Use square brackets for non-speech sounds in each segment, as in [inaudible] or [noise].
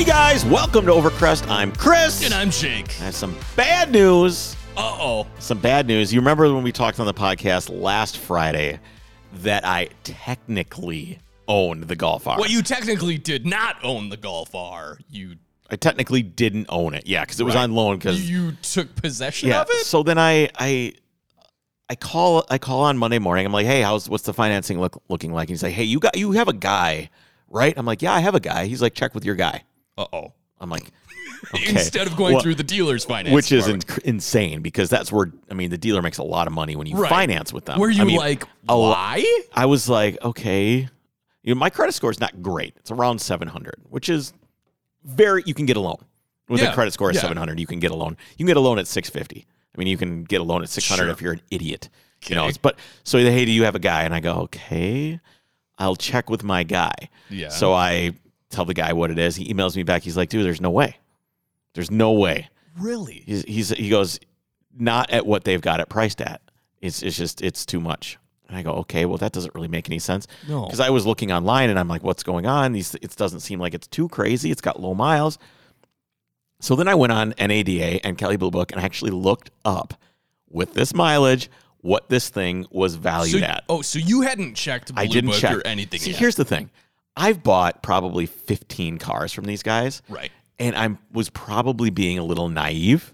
Welcome to Overcrest. I'm Chris. And I'm Jake. I have some bad news. Uh oh. Some bad news. You remember when we talked on the podcast last Friday that I technically owned the Golf R. I Well, you technically did not own the Golf R. You technically didn't own it. Yeah, because it was Right. on loan. Because you took possession yeah. of it. So then I I I call I call on Monday morning. I'm like, hey, how's what's the financing look looking like? And he's like, hey, you got you have a guy, right? I'm like, yeah, I have a guy. He's like, check with your guy. Uh [laughs] oh. I'm like, Instead of going Well, through the dealer's finance, which is department. inc- insane because that's where I mean the dealer makes a lot of money when you Right. finance with them. were you I mean, like a lo- why? I was like, okay, you know, my credit score is not great. It's around 700, which is very you can get a loan with a Yeah, credit score of yeah. 700. You can get a loan. You can get a loan at 650. I mean, you can get a loan at 600 Sure. if you're an idiot. You know, Okay. it's, but so they, hey, do you have a guy? And I go, okay, I'll check with my guy. Yeah. So I tell the guy what it is. He emails me back. He's like, dude, there's no way. There's no way Really? he's, he's he goes not at what they've got it priced at it's it's just it's too much and i go okay well that doesn't really make any sense No. because i was looking online and i'm like what's going on these it doesn't seem like it's too crazy it's got low miles so then i went on nada and kelly blue book and i actually looked up with this mileage what this thing was So, valued at oh, so you hadn't checked Blue i didn't Book check or anything see yet. here's the thing i've bought probably 15 cars from these guys right. and I was probably being a little naive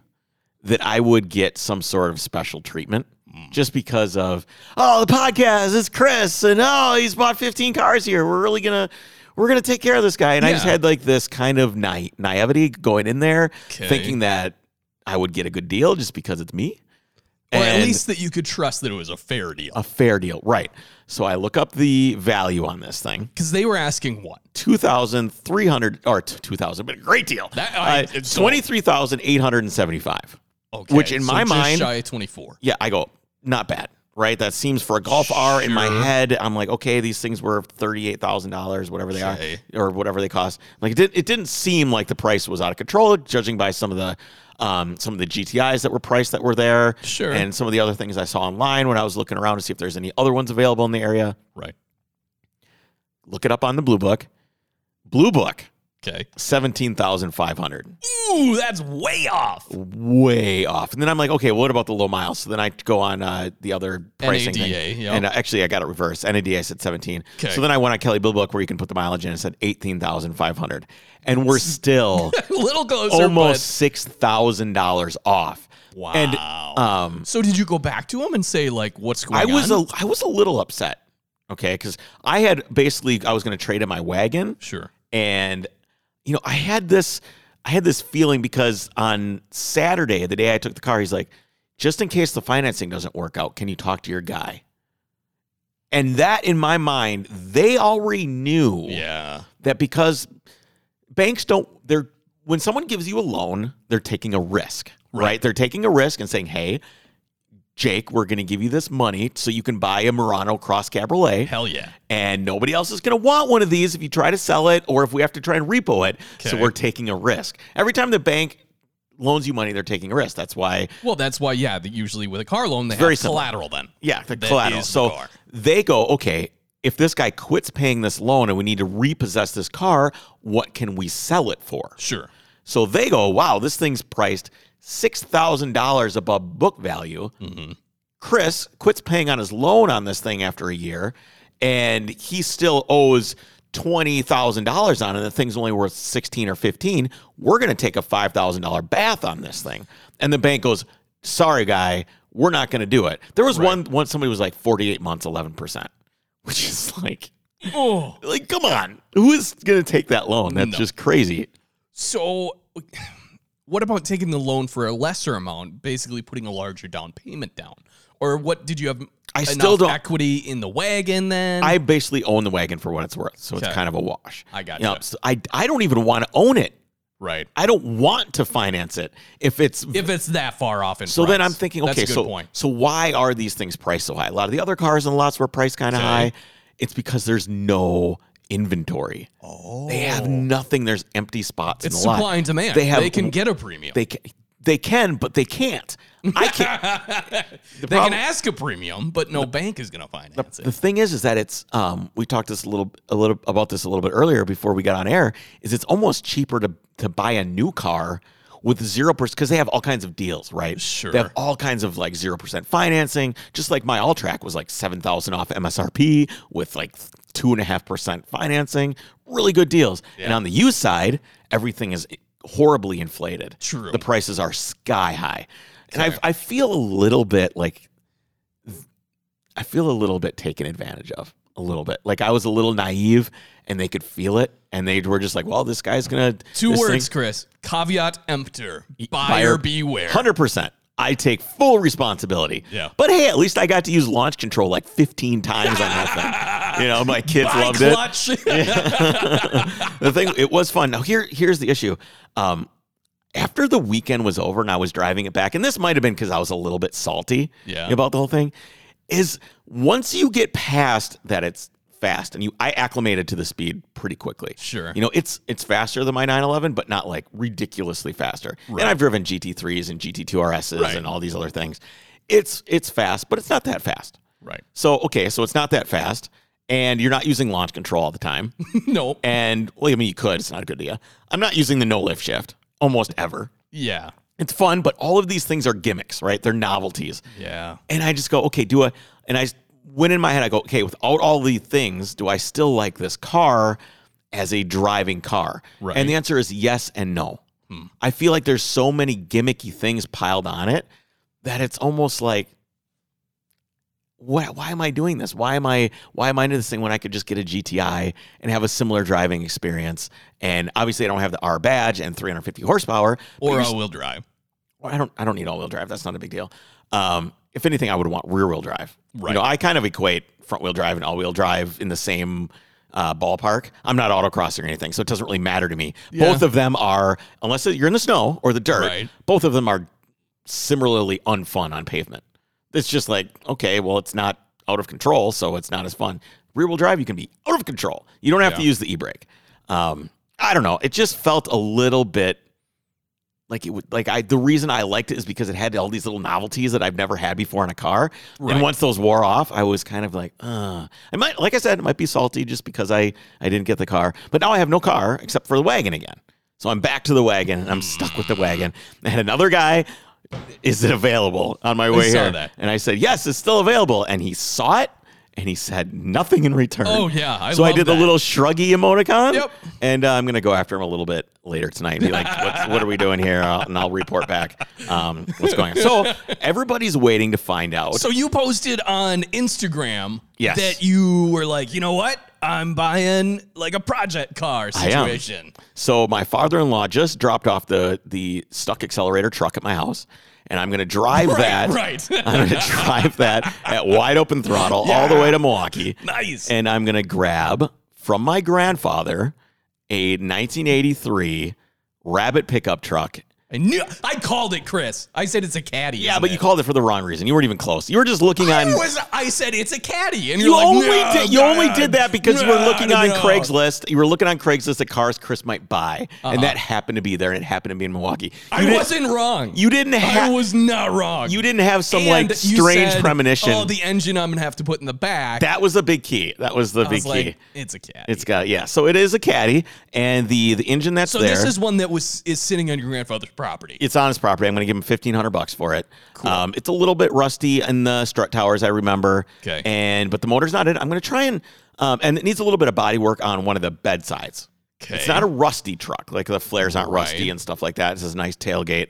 that I would get some sort of special treatment just because of oh the podcast is Chris and oh he's bought 15 cars here we're really gonna we're gonna take care of this guy and I just Yeah. had like this kind of nai- naivety going in there 'Kay. thinking that I would get a good deal just because it's me Or at And- Uh, least that you could trust that it was a fair deal. a fair deal right so I look up the value on this thing Because they were asking what? 2300 or t- 2000 but a great deal Uh, That- I- it's sold. 23875 Okay. Which in so my just mind- shy of twenty four. yeah, I go, not bad, right? That seems for a golf R in my head. I'm like, okay, these things were thirty-eight thousand dollars, whatever they Okay. are, or whatever they cost. Like, it, did, it didn't seem like the price was out of control, judging by some of the um, some of the GTI's that were priced that were there, Sure. and some of the other things I saw online when I was looking around to see if there's any other ones available in the area. Right. Look it up on the Blue Book. Blue Book Okay. seventeen thousand five hundred. Ooh, that's way off. [laughs] way off. And then I'm like, okay, what about the low miles? So then I go on uh, the other pricing NADA, thing. yeah. And uh, actually, I got it reversed. NADA I said 17. 'Kay. So then I went on Kelly Blue Book where you can put the mileage in and said 18,500. And we're [laughs] still a little closer. but- almost $6,000 off. Wow. And um, So did you go back to him and say like, "What's going I on?" was a, I was a little upset. Okay. Because I had basically, I was going to trade in my wagon. sure. and you know i had this i had this feeling because on saturday the day i took the car he's like just in case the financing doesn't work out can you talk to your guy and that in my mind they already knew Yeah. that because banks don't they're when someone gives you a loan they're taking a risk right, they're taking a risk and saying hey jake we're going to give you this money so you can buy a murano cross cabriolet Hell yeah. and nobody else is going to want one of these if you try to sell it or if we have to try and repo it. So Okay. we're taking a risk. Every time the bank loans you money, they're taking a risk. That's why, Well, that's why. Yeah, that usually with a car loan, they Very have similar. collateral. Then yeah, the That collateral. is the So car. they go, okay, if this guy quits paying this loan and we need to repossess this car, what can we sell it for? sure. So they go, wow, this thing's priced $6,000 above book value. Chris quits paying on his loan on this thing after a year, and he still owes $20,000 on it. The thing's only worth 16 or 15. We're going to take a $5,000 bath on this thing. And the bank goes, sorry, guy, we're not going to do it. There was one, one, somebody was like 48 months, 11%, [laughs] which is like, Oh, like, come on. Who is going to take that loan? That's No. just crazy. so what about taking the loan for a lesser amount, basically putting a larger down payment down? Or what did you have? I enough still don't- equity in the wagon. Then I basically own the wagon for what it's worth, so it's Okay. kind of a wash. I gotcha. You know, so I I don't even want to own it. right. I don't want to finance it if it's. If it's that far off in so then price. I'm thinking, That's okay, a good so point. so why are these things priced so high? A lot of the other cars and lots were priced kind of high. It's because there's no inventory. Oh, They have nothing. There's empty spots it's in the lot. supply and demand. They have they can get a premium. They can, they can, but they can't. [laughs] I can't. they problem- can ask a premium, but no bank is going to finance The it. thing is, is that it's um, we talked this a little a little about this a little bit earlier before we got on air. Is it's almost cheaper to to buy a new car with zero percent because they have all kinds of deals, right? Sure. They have all kinds of like zero percent financing. Just like my Alltrack was like seven thousand off MSRP with like two and a half percent financing. Really good deals. And on the used side, everything is horribly inflated. True. The prices are sky high, and I I feel a little bit like I feel a little bit taken advantage of. A little bit. Like I was a little naive, and they could feel it, and they were just like, "Well, this guy's gonna Two this thing- words, Chris. Caveat emptor. Buyer, buyer- beware. Hundred percent. I take full responsibility. Yeah. But hey, at least I got to use launch control like 15 times on that thing. You know, my kids Buy loved it. clutch. [laughs] The thing, it was fun. Now here, here's the issue. Um, after the weekend was over and I was driving it back, and this might have been because I was a little bit salty Yeah. about the whole thing, is once you get past that, it's fast, and you I acclimated to the speed pretty quickly. Sure. You know, it's it's faster than my 911, but not like ridiculously faster. And I've driven GT3s and GT2 RSs Right. and all these other things. It's it's fast, but it's not that fast. Right. So okay, so it's not that fast, and you're not using launch control all the time. [laughs] [laughs] Nope. And well, I mean, you could. It's not a good idea. I'm not using the no lift shift almost ever. Yeah. It's fun, but all of these things are gimmicks, right? They're novelties. Yeah. And I just go, okay, do I? And I went in my head, I go, okay, without all the things, do I still like this car as a driving car? Right. Hmm. And the answer is yes and no. I feel like there's so many gimmicky things piled on it that it's almost like, why, why am I doing this? Why am I why am I into this thing when I could just get a GTI and have a similar driving experience? And obviously, I don't have the R badge and 350 horsepower, but Or you're all-wheel drive. well, I don't I don't need all wheel drive. That's not a big deal. Um, if anything, I would want rear wheel drive. Right. You know, I kind of equate front wheel drive and all wheel drive in the same uh, ballpark. I'm not autocrossing or anything, so it doesn't really matter to me. Yeah. Both of them are, unless you're in the snow or the dirt, Right. both of them are similarly unfun on pavement. It's just like, okay, well, it's not out of control, so it's not as fun. Rear wheel drive, you can be out of control. You don't have to Yeah. use the e brake. Um, I don't know. It just felt a little bit like it would like I the reason I liked it is because it had all these little novelties that I've never had before in a car. Right. And once those wore off, I was kind of like, uh I might like I said, it might be salty just because I I didn't get the car. But now I have no car except for the wagon again. So I'm back to the wagon and I'm stuck with the wagon. And another guy is it available on my way saw here? that. And I said, Yes, it's still available. And he saw it and he said nothing in return. Oh, yeah, I so I love did that. the little shruggy emoticon. Yep. And uh, I'm going to go after him a little bit later tonight. and Be like, what's, what are we doing here? I'll, and I'll report back um, what's going on. So everybody's waiting to find out. So you posted on Instagram Yes. that you were like, you know what? I'm buying like a project car am. situation. So my father-in-law just dropped off the the stuck accelerator truck at my house, and I'm going to drive [laughs] that. right. [laughs] I'm going to drive that at wide open throttle all the way to Milwaukee. Nice. And I'm going to grab from my grandfather a 1983 Rabbit pickup truck. I knew I called it, Chris. I said it's a caddy. Yeah, but you called it for the wrong reason. You weren't even close. You were just looking I, on. was, I said it's a caddy, and you're You like, only "No, did you only God, did that because [laughs] you were God, looking on no." Craigslist. You were looking on Craigslist at cars Chris might buy, and that happened to be there, and it happened to be in Milwaukee. You Uh-uh. I didn't- wasn't wrong. You didn't I have. was not wrong. you didn't have some And like you strange said, premonition. Oh, the engine I'm gonna have to put in the back. that was the big key. That was the I big was like, key. it's a caddy. It's got yeah. So it is a caddy, and the the engine that's so there. this is one that was is sitting on your grandfather's property. it's on his property. I'm going to give him 1500 bucks for it. Um, it's a little bit rusty in the strut towers, I remember. Okay. And but the motor's not in. it. I'm going to try and um, and it needs a little bit of body work on one of the bed sides. Okay. It's not a rusty truck. Like the flares aren't Right. rusty and stuff like that. It's a nice tailgate.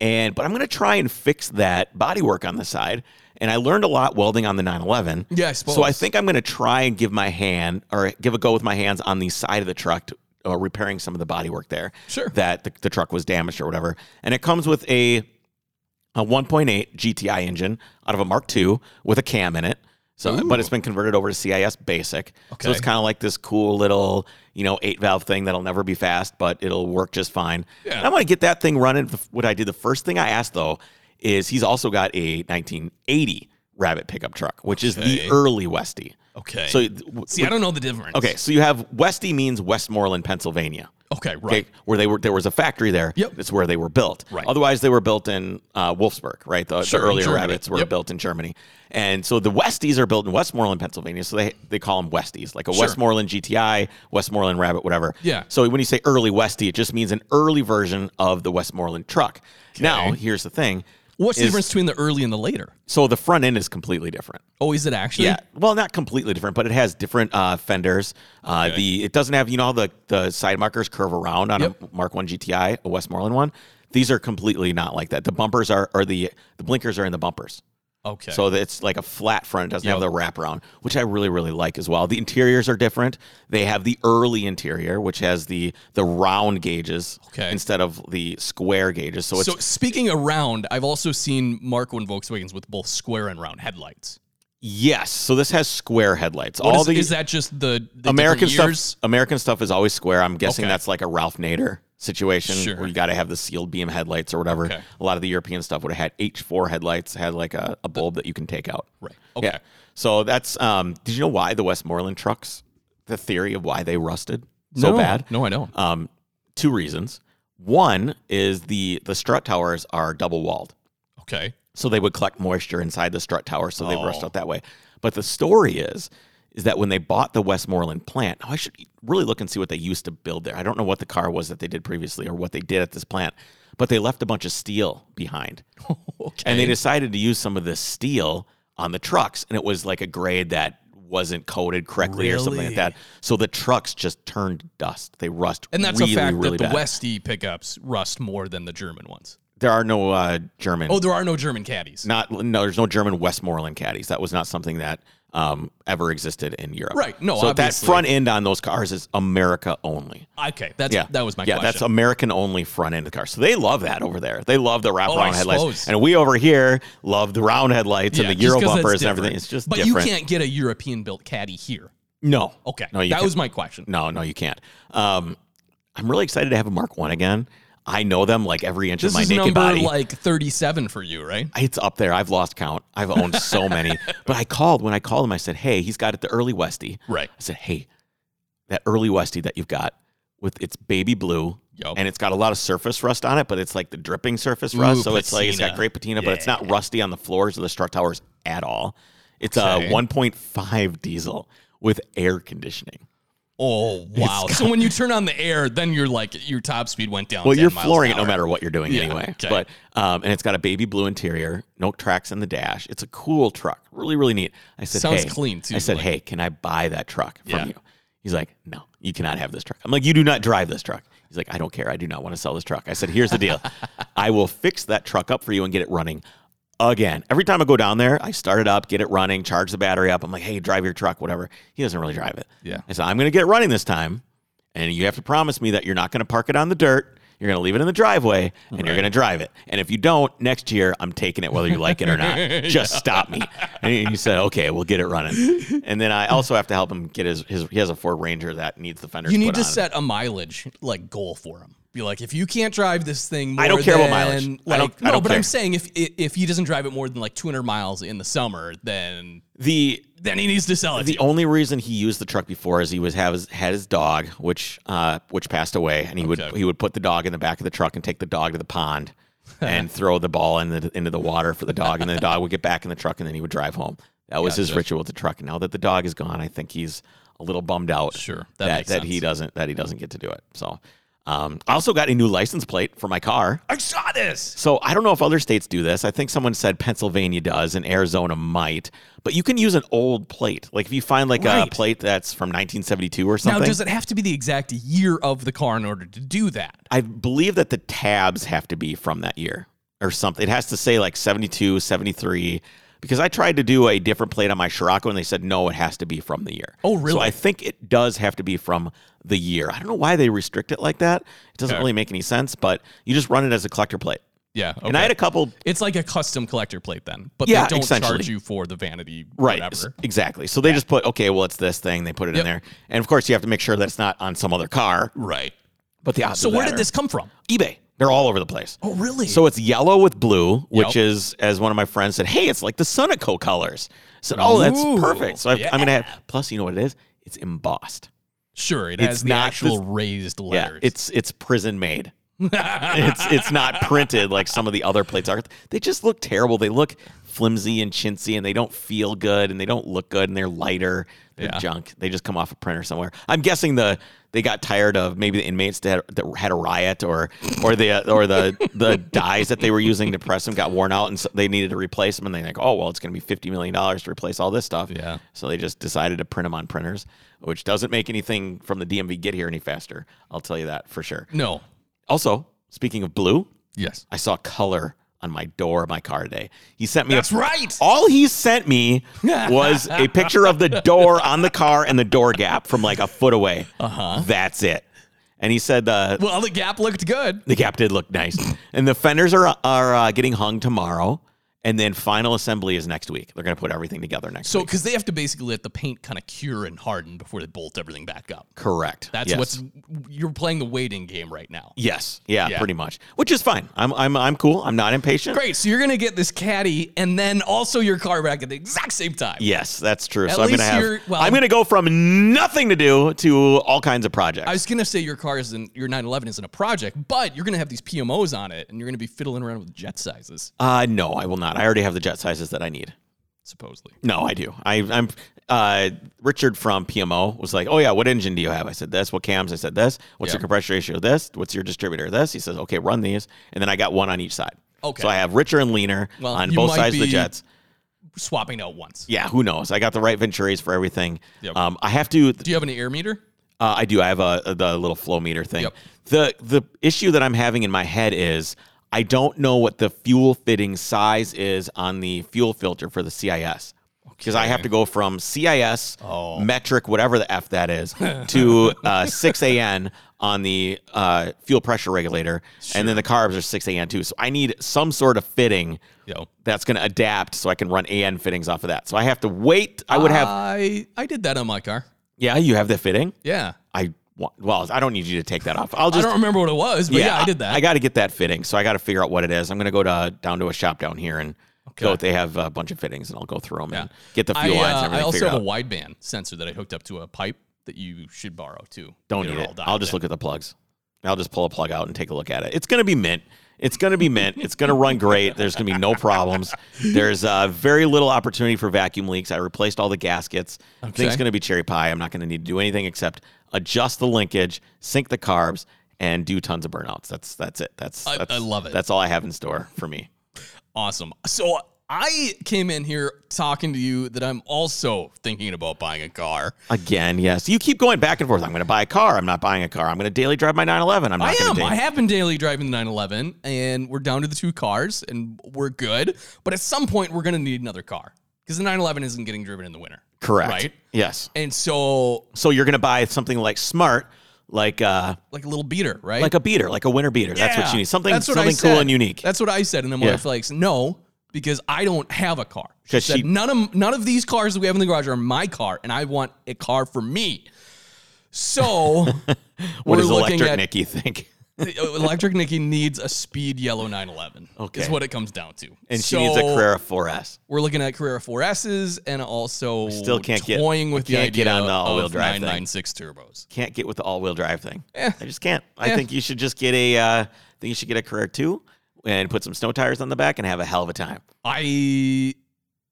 And but I'm going to try and fix that body work on the side. And I learned a lot welding on the 911. Yeah, I So I suppose. think I'm going to try and give my hand or give a go with my hands on the side of the truck, to, uh, repairing some of the body work there. Sure. That the, the truck was damaged or whatever. And it comes with a a 1.8 GTI engine out of a Mark II with a cam in it. So, but it's been converted over to CIS Basic. So Okay. it's kind of like this cool little, you know, eight valve thing that'll never be fast, but it'll work just fine. Yeah. And I want to get that thing running. The f- What I did, the first thing I asked though, is he's also got a 1980 Rabbit pickup truck, which is Okay. the early Westy. okay. So, th- w- see, I don't know the difference. okay, so you have Westy means Westmoreland, Pennsylvania. Okay, right. Okay, where they were, there was a factory there. Yep. It's where they were built. Right. Otherwise, they were built in uh, Wolfsburg, right? The, the Sure, in earlier Germany. rabbits were Yep. built in Germany, and so the Westies are built in Westmoreland, Pennsylvania. So they they call them Westies, like a Westmoreland GTI, Westmoreland Rabbit, whatever. Yeah. So when you say early Westie, it just means an early version of the Westmoreland truck. Now, here's the thing. What's the is- difference between the early and the later? So the front end is completely different. Oh, is it actually? Yeah, well, not completely different, but it has different uh, fenders. Uh, The it doesn't have you know how the the side markers curve around on Yep. a Mark One GTI, a Westmoreland one. These are completely not like that. The bumpers are or the the blinkers are in the bumpers, Okay. so that it's like a flat front. It doesn't have Yep. the wraparound, which I really really like as well. The interiors are different. They have the early interior, which has the the round gauges Okay. instead of the square gauges. So it's so speaking of round, I've also seen Mark One Volkswagens with both square and round headlights. yes. So this has square headlights. What All is, the is that just the, the American different years? stuff. American stuff is always square. I'm guessing Okay. that's like a Ralph Nader situation Sure. where you got to have the sealed beam headlights or whatever. Okay. A lot of the European stuff would have had H4 headlights, had like a, a bulb that you can take out. Right. Okay. Yeah. So that's. Um, did you know why the Westmoreland trucks? The theory of why they rusted so no, bad. No, I don't. Um, two reasons. One is the the strut towers are double walled Okay. so they would collect moisture inside the strut tower so they rust Oh. out that way but the story is is that when they bought the westmoreland plant oh, i should really look and see what they used to build there i don't know what the car was that they did previously or what they did at this plant but they left a bunch of steel behind [laughs] okay. and they decided to use some of this steel on the trucks and it was like a grade that wasn't coated correctly or something like Really? that so the trucks just turned dust they rust and that's really, a fact really that the bad. Westie pickups rust more than the German ones. there are no uh, german Oh, there are no German caddies. not no there's no german westmoreland caddies that was not something that um, ever existed in europe Right. No, so that obviously. front end on those cars is america only Okay, that's yeah that was my yeah question. that's american only front end of the car so they love that over there they love the wraparound Oh, I headlights suppose. and we over here love the round headlights Yeah, and the just euro 'cause that's bumpers and everything different. it's just but different you can't get a European built caddy here. no Okay, no you that can't. was my question. no no you can't um, i'm really excited to have a mark one again i know them like every inch This of my is naked number body like thirty-seven for you, right? it's up there. I've lost count. I've owned so [laughs] many. But I called when I called him. I said, "Hey, he's got it the early Westie." Right. I said, "Hey, that early Westie that you've got with it's baby blue, Yup. and it's got a lot of surface rust on it, but it's like the dripping surface rust. Ooh, so it's like it's got patina. great patina, but it's not rusty on the floors of the strut towers at all. It's Okay. a 1.5 diesel with air conditioning. Oh wow! so when you turn on the air, then you're like your top speed went down. Well, 10 you're miles flooring it an no hour. matter what you're doing Yeah, anyway. okay. But um, and it's got a baby blue interior, no tracks in the dash. It's a cool truck, really, really neat. I said, Sounds hey. clean, too, I said, like- hey, can I buy that truck from Yeah. you? He's like, no, you cannot have this truck. I'm like, you do not drive this truck. He's like, I don't care. I do not want to sell this truck. I said, here's the deal. [laughs] I will fix that truck up for you and get it running again. Every time I go down there, I start it up, get it running, charge the battery up. I'm like, hey, drive your truck, whatever. He doesn't really drive it. Yeah. I said, I'm going to get it running this time. And you have to promise me that you're not going to park it on the dirt. You're going to leave it in the driveway and you're going to drive it. And if you don't, next year, I'm taking it whether you like it or not. [laughs] Just stop me. And he said, okay, we'll get it running. And then I also have to help him get his, his he has a Ford Ranger that needs the fenders. You need put to on. set a mileage like goal for him. Be like, if you can't drive this thing, more I don't care than, about mileage. Like, I don't- I no, don't but I'm care. saying if if he doesn't drive it more than like 200 miles in the summer, then The then he needs to sell it. to The only reason he used the truck before is he was have his, had his dog, which uh, which passed away, and he would Okay. he would put the dog in the back of the truck and take the dog to the [laughs] pond and throw the ball in the, into the water for the dog, and then the dog would get back in the truck, and then he would drive home. That was his Gotcha. ritual with the truck. And now that the dog is gone, I think he's a little bummed out. Sure, that that makes that he sense. doesn't that he doesn't get to do it. So, um, I also got a new license plate for my car. I saw this. So I don't know if other states do this. I think someone said Pennsylvania does and Arizona might, but you can use an old plate. Like if you find like Right. a plate that's from 1972 or Now, something. does it have to be the exact year of the car in order to do that? I believe that the tabs have to be from that year or something. It has to say like 72, 73 because I tried to do a different plate on my Scirocco and they said no, it has to be from the year. Oh, So really? I think it does have to be from the year. I don't know why they restrict it like that. It doesn't Okay. really make any sense, but you just run it as a collector plate. Yeah. Okay. And I had a couple it's like a custom collector plate then, but Yeah, they don't essentially. charge you for the vanity Right. s- whatever. Exactly. So they just put, okay, well, it's this thing. They put it in Yep. there. And of course, you have to make sure that it's not on some other car. Right. But the odds So of where that did are- this come from? eBay? They're all over the place. Oh, really? So it's yellow with blue, which Yep. is, as one of my friends said, hey, it's like the Sunoco colors. I said, oh, that's Ooh, perfect. So I've, I'm going yeah. to have, plus, you know what it is? It's embossed. Sure, it It's has the not actual this- raised Yeah, letters. it's it's prison made. it's it's not printed like some of the other plates are. They just look terrible. They look flimsy and chintzy, and they don't feel good, and they don't look good, and they're lighter. They're Yeah. junk. They just come off a printer somewhere. I'm guessing the they got tired of maybe the inmates that had, that had a riot or or the or the the dies that they were using to press them got worn out, and so they needed to replace them. And they like, oh well, it's going to be fifty million dollars to replace all this stuff. Yeah. So they just decided to print them on printers, which doesn't make anything from the DMV get here any faster. I'll tell you that for sure. no. Also, speaking of blue, Yes. I saw color on my door of my car today. He sent me That's a, right. all he sent [laughs] me was a picture of the door on the car and the door gap from like a foot away. Uh-huh. That's it. And he said uh, Well, the gap looked good. the gap did look nice. And the fenders are are uh, getting hung tomorrow. And then final assembly is next week. They're going to put everything together next So, week. because they have to basically let the paint kind of cure and harden before they bolt everything back up. Correct. That's Yes. what's you're playing the waiting game right now. Yes. Yeah, Yeah. pretty much. Which is fine. I'm I'm I'm cool. I'm not impatient. Great. So you're gonna get this caddy and then also your car back at the exact same time. Yes, that's true. At so I'm gonna least have you're- well- I'm gonna go from nothing to do to all kinds of projects. I was gonna say your car isn't your 911 isn't a project, but you're gonna have these PMOs on it, and you're gonna be fiddling around with jet sizes, uh, no, I will not. I already have the jet sizes that I need. supposedly. No, I do. I, I'm uh, Richard from PMO was like, "Oh yeah, what engine do you have?" I said, "This." What cams? I said, "This." What's Yeah. your compression ratio? This. What's your distributor? This. He says, "Okay, run these," and then I got one on each side. Okay. So I have Richer and Leaner Well, on you both might sides of the be- jets. Swapping out once. Yeah, who knows? I got the right Venturis for everything. Yep. Um, I have to. Do you have an air meter? Uh, I do. I have a, the little flow meter thing. Yep. The the issue that I'm having in my head is I don't know what the fuel fitting size is on the fuel filter for the CIS because I have to go from CIS metric whatever the f that is to uh, 6 an on the uh, fuel pressure regulator, and then the carbs are 6 an too. So I need some sort of fitting. Yo. That's going to adapt so I can run AN fittings off of that. So I have to wait. I would Ah. have, I I did that on my car. yeah, you have the fitting. Yeah. I want, well, I don't need you to take that off. I'll I just, don't remember what it was, but yeah, I did that. I got to get that fitting. So I got to figure out what it is. I'm going to go to down to a shop down here and go. They have a bunch of fittings and I'll go through them and get the fuel I, lines uh, and I everything also figured have out. a wideband sensor that I hooked up to a pipe that you should borrow too. don't Get need all it. dialed I'll just in. look at the plugs. I'll just pull a plug out and take a look at it. It's going to be mint. It's going to be mint. It's going to run great. There's going to be no problems. There's uh, very little opportunity for vacuum leaks. I replaced all the gaskets. Thing's Okay. going to be cherry pie. I'm not going to need to do anything except adjust the linkage, sync the carbs, and do tons of burnouts. That's that's it. That's, I- that's I love it. That's all I have in store for me. Awesome. So I came in here talking to you that I'm also thinking about buying a car. Again, yes. You keep going back and forth. I'm going to buy a car. I'm not buying a car. I'm going to daily drive my 911. I'm not I going am. to. I have been daily driving the 911, and we're down to the two cars, and we're good. But at some point, we're going to need another car because the 911 isn't getting driven in the winter. Correct. Right. Yes. And so, So you're going to buy something like smart, like uh, like a little beater, right? like a beater, like a winter beater. That's what Yeah. you need. Something That's what I something cool said. and unique. That's what I said, and then my Yeah. wife likes no because I don't have a car. She 'Cause said she- none of none of these cars that we have in the garage are my car, and I want a car for me. [laughs] So What we're does looking electric at Nikki think? electric Nikki needs a speed yellow 911. Okay. is what it comes down to. And she needs a So Carrera 4S. We're looking at Carrera 4S's and also still can't get- toying with the can't idea get on the all-wheel of drive thing. 996 turbos. Can't get with the all-wheel drive thing. Yeah. I just can't. I Yeah. think you should just get a. Uh, I think you should get a Carrera 2 and put some snow tires on the back and have a hell of a time. I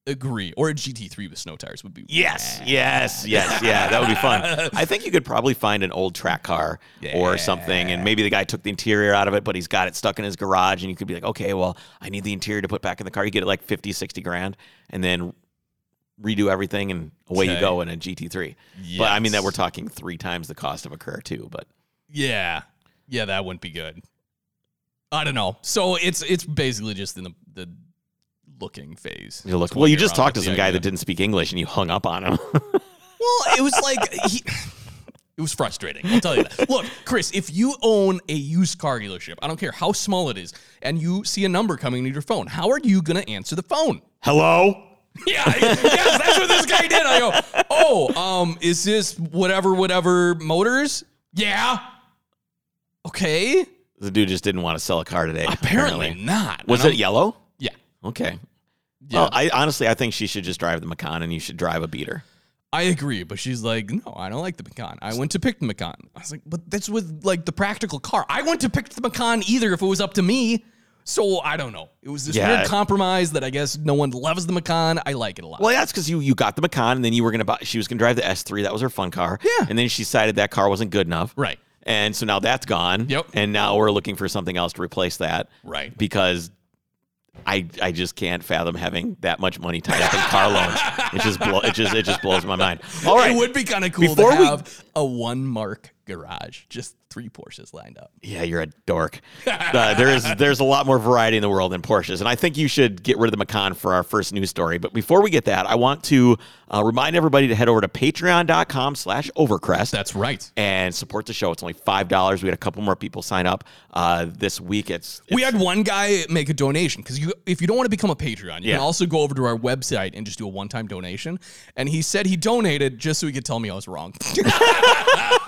agree. Or a GT3 with snow tires would be Yes, yes, yes, yeah. That would be [laughs] fun. I think you could probably find an old track car or something, and maybe the guy took the interior out of it, but he's got it stuck in his garage, and you could be like, okay, well, I need the interior to put back in the car. You get it like 50, 60 grand, and then redo everything, and away you Okay. go in a GT3. But I mean, that Yes. we're talking three times the cost of a car, too. But Yeah. Yeah, that wouldn't be good. I don't know. So it's it's basically just in the, the looking phase. you look, That's what well, you you're just on talked to with the some guy idea. that didn't speak English, and you hung up on him. [laughs] Well, it was like he it was frustrating. I'll tell you that. Look, Chris, if you own a used car dealership, I don't care how small it is, and you see a number coming to your phone, how are you gonna answer the phone? [laughs] Hello? Yeah, I- yes, that's what this guy did. I go, oh, um, is this whatever, whatever motors? Yeah. Okay. The dude just didn't want to sell a car today. Apparently not. Was And it I'm- yellow? Yeah. Okay. Yeah. Well, I honestly I think she should just drive the Macan and you should drive a beater. I agree, but she's like, no, I don't like the pecan. I went to pick the pecan. I was like, but that's with like the practical car. I wouldn't have picked the pecan either if it was up to me. So I don't know. It was this Yeah. weird compromise that I guess no one loves the macan. I like it a lot. Well, that's because you you got the Macan, and then you were gonna buy. She was gonna drive the S3. That was her fun car. Yeah. And then she decided that car wasn't good enough. Right. And so now that's gone. Yep. And now we're looking for something else to replace that. Right. Because I I just can't fathom having that much money tied up in car loans. It just blow, it just it just blows my mind. All right. [laughs] It would be kind of cool Before to we- have a one mark garage, just three Porsches lined up. Yeah, you're a dork. Uh, there is there's a lot more variety in the world than Porsches, and I think you should get rid of the Macan for our first news story. But before we get that, I want to uh, remind everybody to head over to Patreon.com/slash Overcrest. That's right. and support the show. It's only five dollars. We had a couple more people sign up uh, this week. It's, We had one guy make a donation because you, if you don't want to become a Patreon, you Yeah. can also go over to our website and just do a one time donation. And he said he donated just so he could tell me I was wrong. [laughs]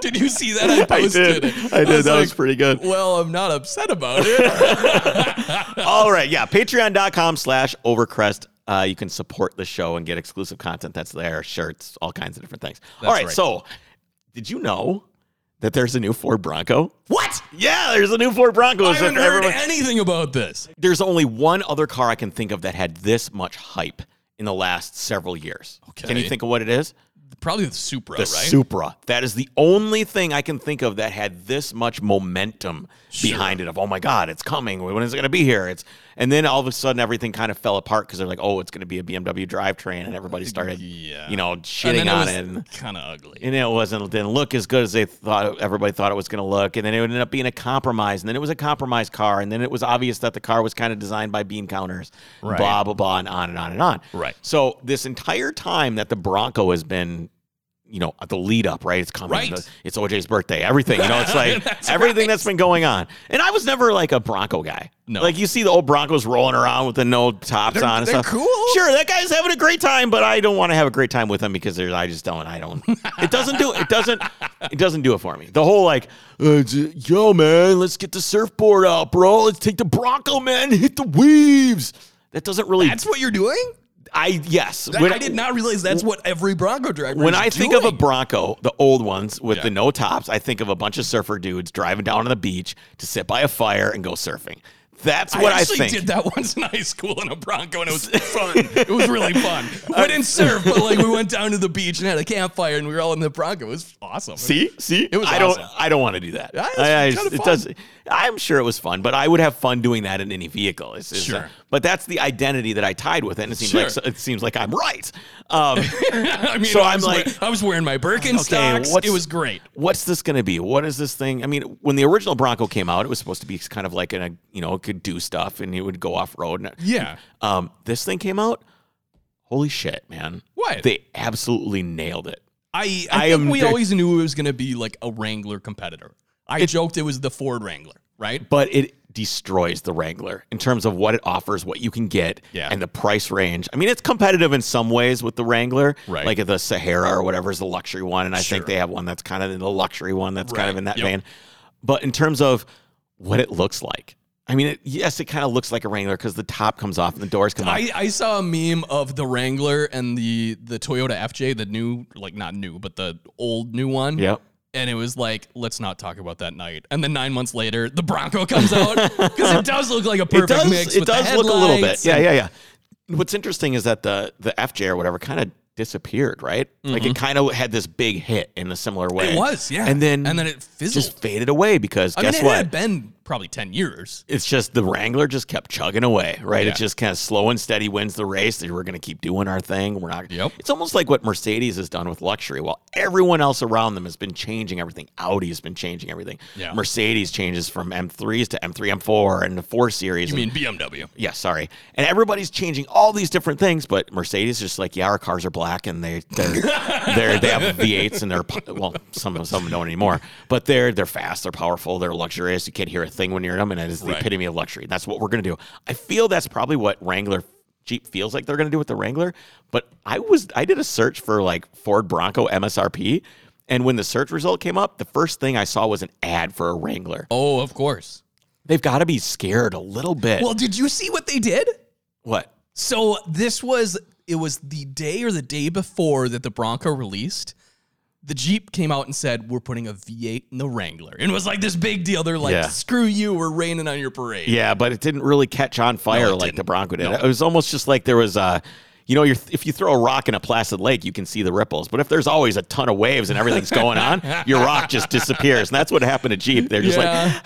did you [laughs] see that? I posted it. was like, pretty good. Well, I'm not upset about [laughs] it. All right, yeah. Patreon.com/slash Overcrest. Uh, you can support the show and get exclusive content that's there, shirts, all kinds of different things. all right, right. So, did you know that there's a new Ford Bronco? what? Yeah, there's a new Ford Bronco. I It's haven't after heard everyone- anything about this. There's only one other car I can think of that had this much hype in the last several years. Can you Okay. think of what it is? Probably the Supra, the right? Supra. That is the only thing I can think of that had this much momentum behind it. Of oh my god, it's coming. When is it going to be here? It's and then all of a sudden everything kind of fell apart because they're like, oh, it's going to be a BMW drivetrain, and everybody started, Yeah. you know, shitting on it. And, Kind of ugly. and it wasn't didn't look as good as they thought everybody thought it was going to look, and then it ended up being a compromise, and then it was a compromise car, and then it was obvious that the car was kind of designed by beam counters, Right. blah blah blah, and on and on and on. Right. So this entire time that the Bronco has been, you know, at the lead up, right? It's coming. Right. The- it's OJ's birthday. Everything, you know, [laughs] it's like everything that's been going on. And I was never like a Bronco guy. No. Like you see the old Broncos rolling around with the no tops They're- on and they're stuff. cool. Sure, that guy's having a great time, but I don't want to have a great time with him because there's I just don't. I don't. It doesn't do. It doesn't. It doesn't do it for me. The whole like, uh, j- yo man, let's get the surfboard out, bro. Let's take the Bronco, man. Hit the weaves. That doesn't really. That's what you're doing? I yes. That- When- I did not realize that's what every Bronco driver. when is I think of a doing. Bronco, the old ones with Yeah. the no tops, I think of a bunch of surfer dudes driving down to the beach to sit by a fire and go surfing. That's what I I, actually think. did that [laughs] once in high school in a Bronco, and [laughs] it was fun. it was really fun. Uh, We didn't surf, but like we went down to the beach and had a campfire, and we were all in the Bronco. It was awesome. See, see, It was I awesome. don't, I don't want to do that. Yeah, it's I, I- kinda it fun. does. I'm sure it was fun, but I would have fun doing that in any vehicle. It's, it's- Sure. but that's the identity that I tied with it. And it seems Sure. like it seems like I'm right. [laughs] Um, [laughs] I mean, So I I'm was wear- like- I was wearing my Birkenstocks. what's- it was great. what's this going to be? What is this thing? I mean, when the original Bronco came out, it was supposed to be kind of like an, a, you know, it could do stuff and it would go off road. And Yeah. Um, this thing came out. Holy shit, man! What? they absolutely nailed it. I I I, am think we the- always knew it was going to be like a Wrangler competitor. I joked it was the Ford Wrangler, right? But it destroys the Wrangler in terms of what it offers, what you can get, Yeah. and the price range. I mean, it's competitive in some ways with the Wrangler, Right. Like the Sahara or whatever is the luxury one, and I Sure. think they have one that's kind of in the luxury one that's kind of Right. in that Yep. vein. But in terms of what it looks like, I mean, it, yes, it kind of looks like a Wrangler because the top comes off and the doors come off. I, I saw a meme of the Wrangler and the the Toyota FJ, the new like not new, but the old new one. Yep. And it was like, let's not talk about that night. And then nine months later, the Bronco comes out [laughs] because it does look like a perfect mix. It with the does look a little bit. headlights Yeah, and- yeah, yeah. What's interesting is that the the FJ or whatever kind of disappeared, right? Like it kind of had this big hit in a similar way. Mm-hmm. It was, yeah. and then and then it fizzled. just faded away because I mean, guess it what? had been probably ten years. it's just the Wrangler just kept chugging away, right? Yeah. It just kind of slow and steady wins the race. They We're going to keep doing our thing. We're not. Yep. It's almost like what Mercedes has done with luxury. While everyone else around them has been changing everything, Audi has been changing everything. Yeah. Mercedes changes from M3s to M3, M4, and the 4 Series. I and mean, BMW. yeah, sorry. And everybody's changing all these different things, but Mercedes is just like, yeah, our cars are black and they they're, they're they have V8s and they're po- well, some of some don't anymore, but they're they're fast, they're powerful, they're luxurious. You can't hear a thing when you're in them, and it is the Right. epitome of luxury. That's what we're gonna do. I feel that's probably what Wrangler Jeep feels like they're gonna do with the Wrangler. But I was I did a search for like Ford Bronco MSRP. And when the search result came up, the first thing I saw was an ad for a Wrangler. Oh, of course. They've got to be scared a little bit. Well, did you see what they did? what? So this was it was the day or the day before that the Bronco released. The Jeep came out and said, "We're putting a V8 in the Wrangler," and it was like this big deal. They're like, Yeah. "Screw you, we're raining on your parade." Yeah, but it didn't really catch on fire it like the didn't. Bronco did. No. It was almost just like there was a, you know, you're, if you throw a rock in a placid lake, you can see the ripples. But if there's always a ton of waves and everything's going [laughs] on, your rock just disappears. And that's what happened to Jeep. They're just Yeah. like,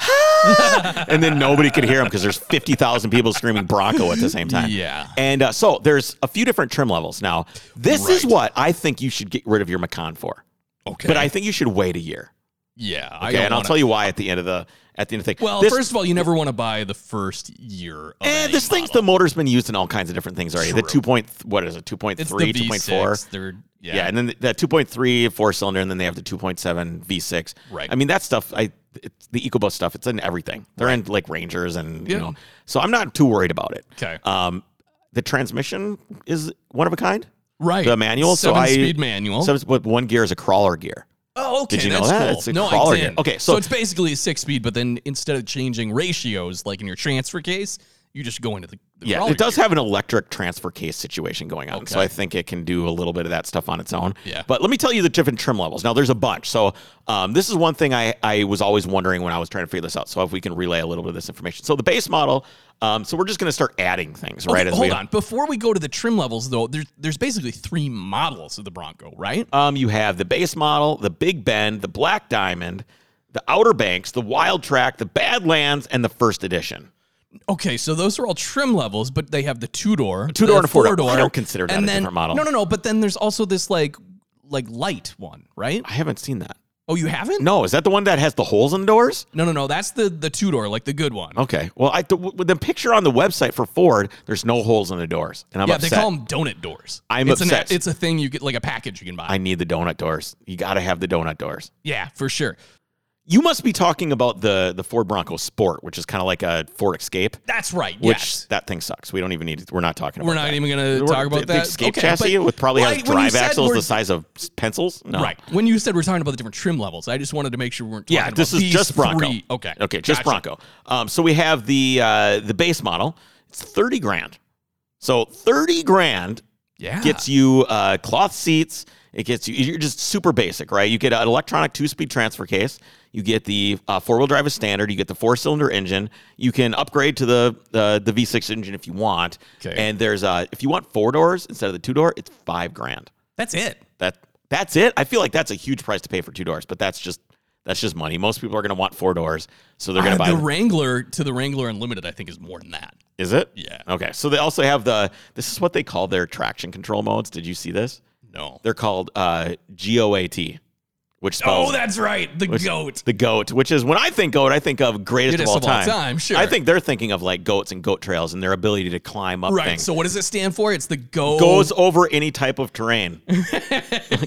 and then nobody could hear them because there's 50,000 people screaming Bronco at the same time. Yeah. And uh, so there's a few different trim levels. Now, this is Right. what I think you should get rid of your Macan for. Okay. But I think you should wait a year. yeah. I Okay. don't and I'll wanna- tell you why at the end of the at the end of the thing. Well, This- first of all, you never want to buy the first year. Of Eh, a this thing's the model. motor's been used in all kinds of different things already. The True. two point what is it? Two point it's three, the two V6. point four. They're yeah. Yeah. and then that two point three four cylinder, and then they have the two point seven V six. Right. I mean that stuff. I it's the EcoBoost stuff. It's in everything. They're in like Rangers and Yeah. you know. So I'm not too worried about it. Okay. Um, the transmission is one of a kind. right. The manual. Seven so I speed manual. So it's, but one gear is a crawler gear. Oh, okay. Did you know that's that? Cool. It's a no, crawler I did. game. Okay, so, so- it's basically a six speed, but then instead of changing ratios like in your transfer case, you just go into the, the Yeah, crawler it does gear. have an electric transfer case situation going on. So Okay. I think it can do a little bit of that stuff on its own. Yeah. But let me tell you the different trim levels. Now, there's a bunch. So um, this is one thing I, I was always wondering when I was trying to figure this out. So if we can relay a little bit of this information. So the base model, um, so we're just going to start adding things, right? Okay, as Oh, hold we- on. Before we go to the trim levels, though, there's there's basically three models of the Bronco, right? Um, you have the base model, the Big Bend, the Black Diamond, the Outer Banks, the Wild Track, the Badlands, and the First Edition. Okay, so those are all trim levels, but they have the two door, two-door and a four-door. I don't consider that a then, different model. No, no, no. But then there's also this like like light one, right? I haven't seen that. Oh, you haven't? No, is that the one that has the holes in the doors? no, no. no that's the the two door, like the good one. Okay. Well, I, the, with the picture on the website for Ford, there's no holes in the doors, and I'm yeah, upset. they call them donut doors. I'm it's obsessed. An, it's a thing you get like a package you can buy. I need the donut doors. You got to have the donut doors. yeah, for sure. You must be talking about the the Ford Bronco Sport, which is kind of like a Ford Escape, That's right. which yes. that thing sucks. We don't even need. We're not talking about. We're not that. even going to We're- talk the, about the that. escape Okay, chassis but- would probably Well, I- have when you drive said axles we're- the size of s- pencils. No. Right. When you said we're talking about the different trim levels, I just wanted to make sure we weren't talking Yeah, this about is these just Bronco. Three. Okay. Okay, just Gotcha. Bronco. Um, so we have the uh, the base model. It's thirty grand. So thirty grand Yeah. gets you uh, cloth seats. It gets you. You're just super basic, right? You get an electronic two-speed transfer case. You get the uh, four-wheel drive as standard. You get the four-cylinder engine. You can upgrade to the uh, the V6 engine if you want. Okay. And there's uh, if you want four doors instead of the two door, it's five grand. That's it. That that's it. I feel like that's a huge price to pay for two doors, but that's just that's just money. Most people are going to want four doors, so they're going to Uh, buy. the them. Wrangler to the Wrangler Unlimited, I think, is more than that. Is it? Yeah. Okay. So they also have the. This is what they call their traction control modes. Did you see this? No. They're called uh, GOAT, which spells Oh, that's right. The goat. the goat, which is when I think goat, I think of greatest, Greatest of all time. sure. I think they're thinking of like goats and goat trails and their ability to climb up Right. things. So what does it stand for? It's the go. goes over any type of [laughs] terrain.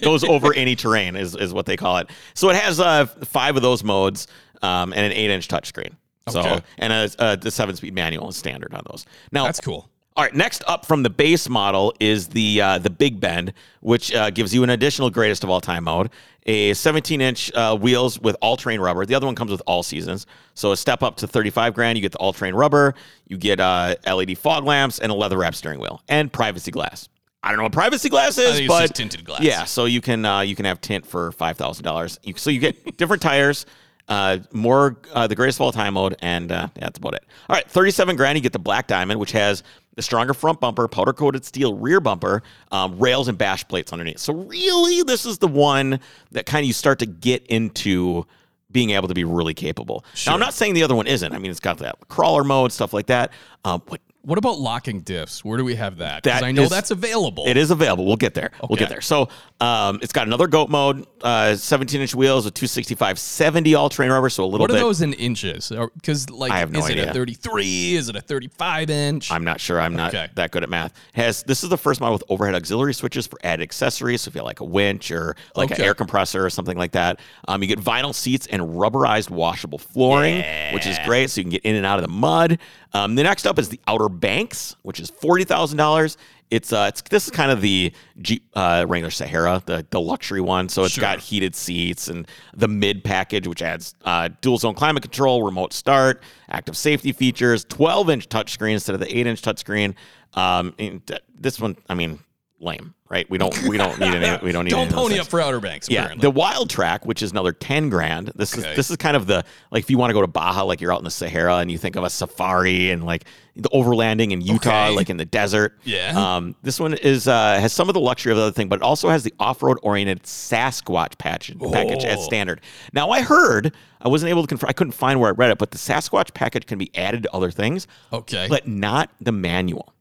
goes over any terrain is, is what they call it. So it has uh, five of those modes um, and an eight inch touchscreen. So Okay. and a, uh the seven speed manual is standard on those. Now That's cool. all right, next up from the base model is the uh, the Big Bend, which uh, gives you an additional greatest of all time mode, a 17 inch uh, wheels with all terrain rubber. The other one comes with all seasons, so a step up to 35 grand. You get the all terrain rubber, you get uh, LED fog lamps, and a leather wrap steering wheel, and privacy glass. I don't know what privacy glass is, think it's but just tinted glass. Yeah, so you can uh, you can have tint for five thousand dollars. So you get different tires, uh, more uh, the greatest of all time mode, and uh, yeah, that's about it. All right, thirty-seven grand. You get the black diamond, which has the stronger front bumper, powder-coated steel rear bumper, um, rails and bash plates underneath. So really, this is the one that kind of you start to get into being able to be really capable. Now, I'm not saying the other one isn't. I mean, it's got that crawler mode stuff like that. Um, what What about locking diffs? Where do we have that? Because That I know is- that's available. it is available. We'll get there. We'll get Okay. there. So um, it's got another goat mode, uh, 17 inch wheels with 265 70 all terrain rubber. So a little What are bit. those in inches? Because like, I have no is it idea. a 33? Is it a 35 inch? I'm not sure. I'm not Okay. that good at math. Has this is the first model with overhead auxiliary switches for added accessories. So if you have like a winch or like Okay. an air compressor or something like that, um, you get vinyl seats and rubberized washable flooring, which is great. So you can get in and out of the mud. Um, the next up is the Outer Banks, which is forty thousand dollars. It's uh, it's this is kind of the Jeep uh, Wrangler Sahara, the the luxury one. So it's Sure. got heated seats and the mid package, which adds uh, dual zone climate control, remote start, active safety features, 12 inch touchscreen instead of the 8 inch touchscreen. Um, and th- uh, this one, I mean, lame, right? We don't we don't need any we don't need [laughs] Don't any of those pony things. up for Outer Banks. Yeah, apparently. the wild track, which is another ten grand. This Okay. is this is kind of the like if you want to go to Baja, like you're out in the Sahara and you think of a safari and like the overlanding in Utah, Okay. like in the desert. Yeah. Um, this one is uh, has some of the luxury of the other thing, but it also has the off road oriented Sasquatch patch, package as Oh. standard. Now I heard I wasn't able to confirm. I couldn't find where I read it, but the Sasquatch package can be added to other things, okay. but not the manual.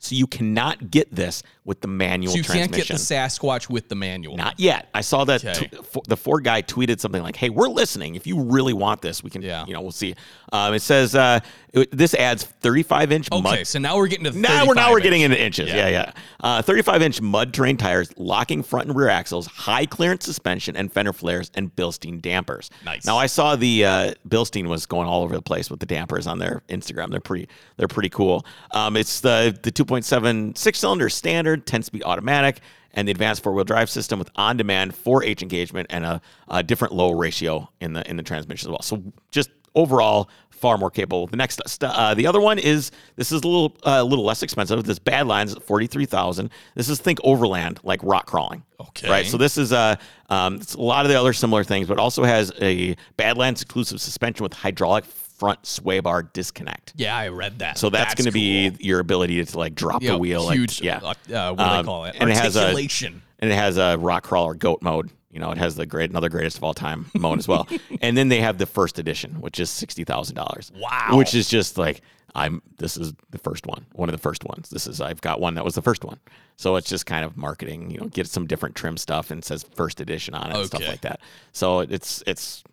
So you cannot get this with the manual so you transmission. can't get the Sasquatch with the manual. Not yet. I saw that Okay. tw- fo- the four guy tweeted something like, "Hey, we're listening. If you really want this, we can. Yeah. You know, we'll see." Um, it says uh, it- this adds 35 inch okay. mud. So now we're getting to the Now we're now 35 we're getting inch. into inches. Yeah, Yeah. yeah. Uh, 35 inch mud terrain tires, locking front and rear axles, high clearance suspension, and fender flares and Bilstein dampers. Nice. Now I saw the uh, Bilstein was going all over the place with the dampers on their Instagram. They're pretty. They're pretty cool. Um, it's the the 2.7 six cylinder standard, 10 speed automatic, and the advanced four wheel drive system with on demand 4H engagement and a, a different low ratio in the in the transmission as well. So just overall far more capable. The next st- uh, the other one is this is a little uh, a little less expensive. This Badlands at 43,000. This is think overland like rock crawling. Okay. Right. So this is a, um, it's a lot of the other similar things, but also has a Badlands exclusive suspension with hydraulic front sway bar disconnect. Yeah, I read that. So that's, going to be your ability to like drop Yeah, the wheel. huge. Like, yeah. Uh, uh, what do they Um, call it? and it has a- Articulation. [laughs] and it has a rock crawler goat mode. You know, it has the great another greatest of all time mode as [laughs] well. and then they have the first edition, which is sixty thousand dollars. Wow. Which is just like I'm. This is the first one, one of the first ones. This is I've got one that was the first one. So it's just kind of marketing. You know, get some different trim stuff and it says first edition on it and stuff Okay. like that. So it's it's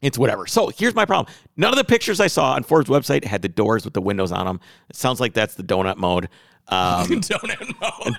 it's whatever. So here's my problem. None of the pictures I saw on Ford's website had the doors with the windows on them. It sounds like that's the donut mode. Um, Donut mode.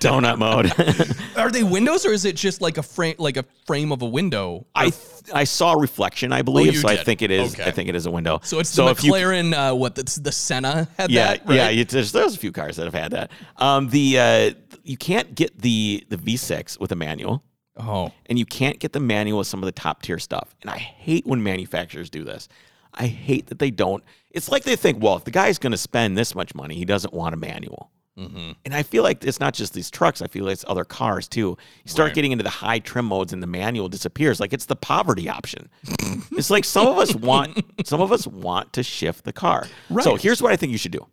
[laughs] donut mode. [laughs] Are they windows or is it just like a frame, like a frame of a window? I th- I saw reflection, I believe. Oh, you so I did. think it is. Okay. I think it is a window. so it's the if you- McLaren. uh, what the, the Senna had yeah, that. Right? yeah. You, there's, there's a few cars that have had that. Um, the uh, you can't get the the V6 with a manual, Oh, and you can't get the manual with some of the top tier stuff. And I hate when manufacturers do this. I hate that they don't. It's like they think, well, if the guy's going to spend this much money, he doesn't want a manual. Mm-hmm. And I feel like it's not just these trucks. I feel like it's other cars too. You start getting into the high trim modes and the manual disappears. Like it's the poverty option. [laughs] it's like some of us want some of us want to shift the car. So Right. here's what I think you should do.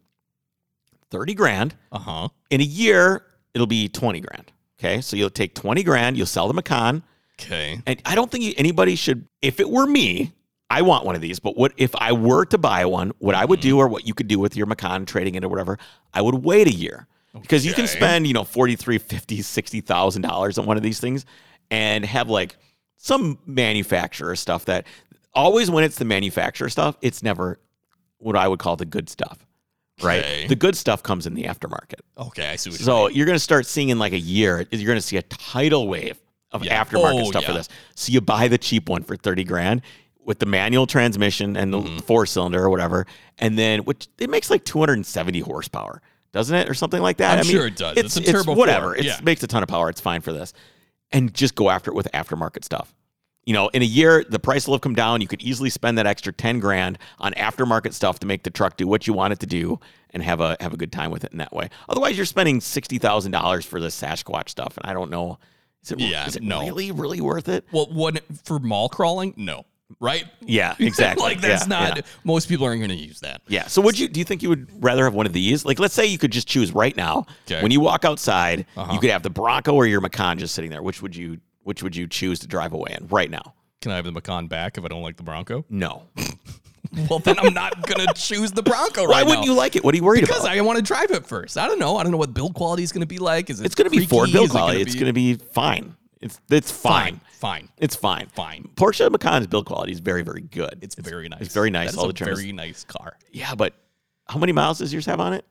30 grand uh huh. in a year, it'll be 20 grand. Okay? So you'll take 20 grand, you'll sell them a con, Okay. and I don't think anybody should. If it were me, I want one of these. But what if I were to buy one? What I would Mm-hmm. do, or what you could do with your Macan trading it or whatever, I would wait a year because you can Okay. spend you know forty three, fifty, sixty thousand dollars on one of these things, and have like some manufacturer stuff that always when it's the manufacturer stuff, it's never what I would call the good stuff. Right, Okay. the good stuff comes in the aftermarket. Okay. I see what So you're going to start seeing in like a year, you're going to see a tidal wave of Yeah. aftermarket Oh, stuff for yeah. this. So you buy the cheap one for 30 grand with the manual transmission and the Mm-hmm. four cylinder or whatever. And then, which it makes like 270 horsepower, doesn't it? Or something like that. I'm sure it does. It's a turbo Whatever. four. It Yeah. makes a ton of power. It's fine for this. And just go after it with aftermarket stuff. You know, in a year, the price will have come down. You could easily spend that extra ten grand on aftermarket stuff to make the truck do what you want it to do and have a have a good time with it in that way. Otherwise, you're spending sixty thousand dollars for the Sasquatch stuff, and I don't know. Is it, Yeah, is it no. really really worth it? Well, what for mall crawling? No. Right? Yeah, [laughs] exactly. [laughs] like that's Yeah, not yeah. most people aren't going to use that. Yeah. So would you do you think you would rather have one of these? Like let's say you could just choose right now. Okay. When you walk outside, Uh-huh. you could have the Bronco or your Macan just sitting there. Which would you which would you choose to drive away in right now? Can I have the Macan back if I don't like [laughs] the Bronco? No. Well, then I'm not going to choose the Bronco Why right wouldn't you now. like it? What are you worried Because about? I want to drive it first. I don't know. I don't know what build quality is going to be like. Is it It's going to be creaky? Ford Is build it quality. It's be- going to be fine. It's it's fine. fine. Fine. It's fine. Fine. Porsche Macan's build quality is very very good. It's, very nice. It's very nice. That's All a the trim is- very nice car. yeah, but how many miles does yours have on it?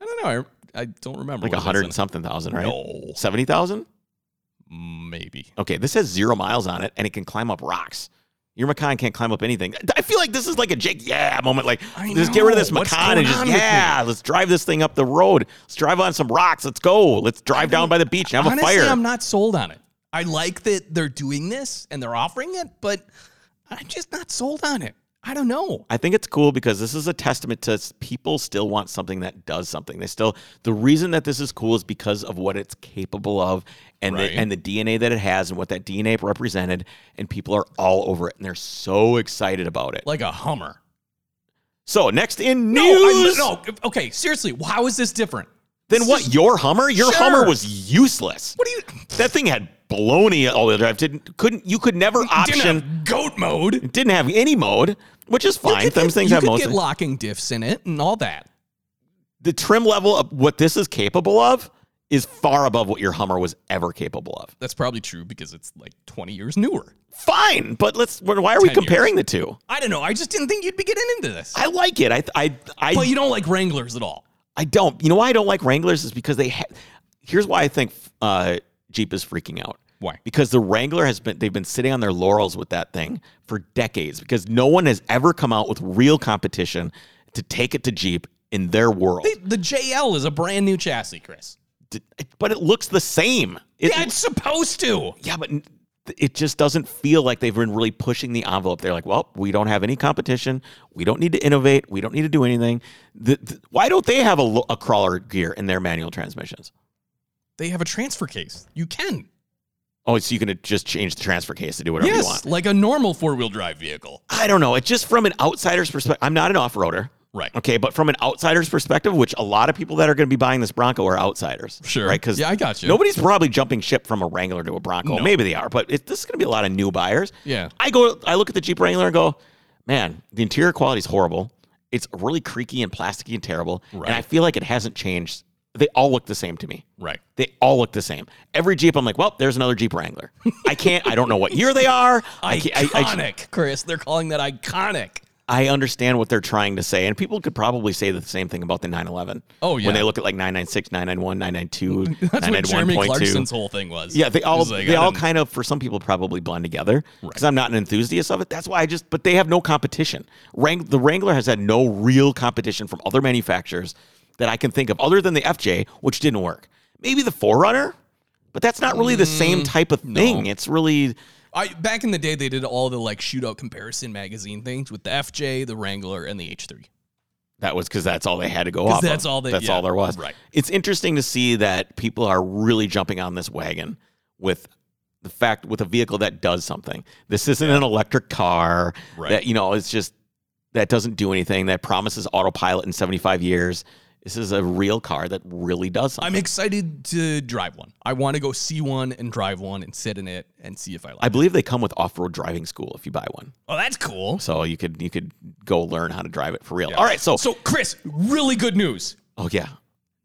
I don't know. I, I don't remember. Like a what it is hundred in- and something thousand, right? No. Seventy thousand? Maybe. Okay, this has zero miles on it, and it can climb up rocks. Your Macan can't climb up anything. I feel like this is like a Jake yeah moment. Like, I just get rid of this know. What's Macan and going just on with yeah, let's drive this thing up the road. Let's drive on some rocks. Let's go. Let's drive down by the beach and have Honestly, a fire. I'm not sold on it. I like that they're doing this and they're offering it, but I'm just not sold on it. I don't know. I think it's cool because this is a testament to s- people still want something that does something. They still the reason that this is cool is because of what it's capable of and Right. the, and the DNA that it has and what that DNA represented and people are all over it and they're so excited about it. Like a Hummer. So, next in No, I'm- news. no. Okay, seriously, how is this different? Then what? Your Hummer? Your Sure. Hummer was useless. What do you? That thing had baloney all-wheel drive. Didn't couldn't you could never option Didn't have goat mode. didn't have any mode, which is You fine. could Those get- things you have could most. get locking diffs in it and all that. the trim level of what this is capable of is far above what your Hummer was ever capable of. That's probably true because it's like 20 years newer. Fine, but let's. Why are we 10 years. comparing the two? I don't know. I just didn't think you'd be getting into this. I like it. I I I, but you don't like Wranglers at all. I don't. You know why I don't like Wranglers is because they. Ha- Here's why I think uh, Jeep is freaking out. Why? Because the Wrangler has been they've been sitting on their laurels with that thing for decades because no one has ever come out with real competition to take it to Jeep in their world. The JL is a brand new chassis, Chris. D- but it looks the same. It, Yeah, it's supposed to. yeah, but n- it just doesn't feel like they've been really pushing the envelope. They're like, well, we don't have any competition. We don't need to innovate. We don't need to do anything. The, the- why don't they have a, lo- a crawler gear in their manual transmissions? They have a transfer case. You can. Oh, so you can just change the transfer case to do whatever you Yes, want. like a normal four wheel drive vehicle. I don't know. It's just from an outsider's perspective. I'm not an off roader. Right. Okay, but from an outsider's perspective, which a lot of people that are going to be buying this Bronco are outsiders, Sure. right? Because Yeah, I got you. Nobody's probably jumping ship from a Wrangler to a Bronco. No. Maybe they are, but it, this is going to be a lot of new buyers. Yeah. I go, I look at the Jeep Wrangler and go, man, the interior quality is horrible. It's really creaky and plasticky and terrible. Right. And I feel like it hasn't changed. They all look the same to me. Right. They all look the same. Every Jeep, I'm like, well, there's another Jeep Wrangler. I can't. I don't know what year they are. [laughs] I Iconic, can't, I, I, Chris. They're calling that iconic. I understand what they're trying to say, and people could probably say the same thing about the 911. Oh, yeah. when they look at like 996, 991, 992, [laughs] That's what Jeremy 991.2 Clarkson's whole thing was. yeah, they all He's like, they I all didn't- kind of for some people probably blend together because I'm not an enthusiast of it. That's why I just but they have no competition. Wrang- the Wrangler has had no real competition from other manufacturers that I can think of other than the FJ, which didn't work. Maybe the Forerunner, but that's not really the Mm, same type of thing. It's really I, back in the day, they did all the like shootout comparison magazine things with the FJ, the Wrangler, and the H3. That was because that's all they had to go off. that's of. all they- That's yeah, all there was. right. It's interesting to see that people are really jumping on this wagon with the fact with a vehicle that does something. This isn't an electric car. Right. That you know, it's just that doesn't do anything. That promises autopilot in seventy five years. This is a real car that really does something. I'm excited to drive one. I want to go see one and drive one and sit in it and see if I like. I believe they come with off road driving school if you buy one, it. Oh, that's cool. so you could you could go learn how to drive it for real. All right, so, So, Chris, really good news. oh yeah.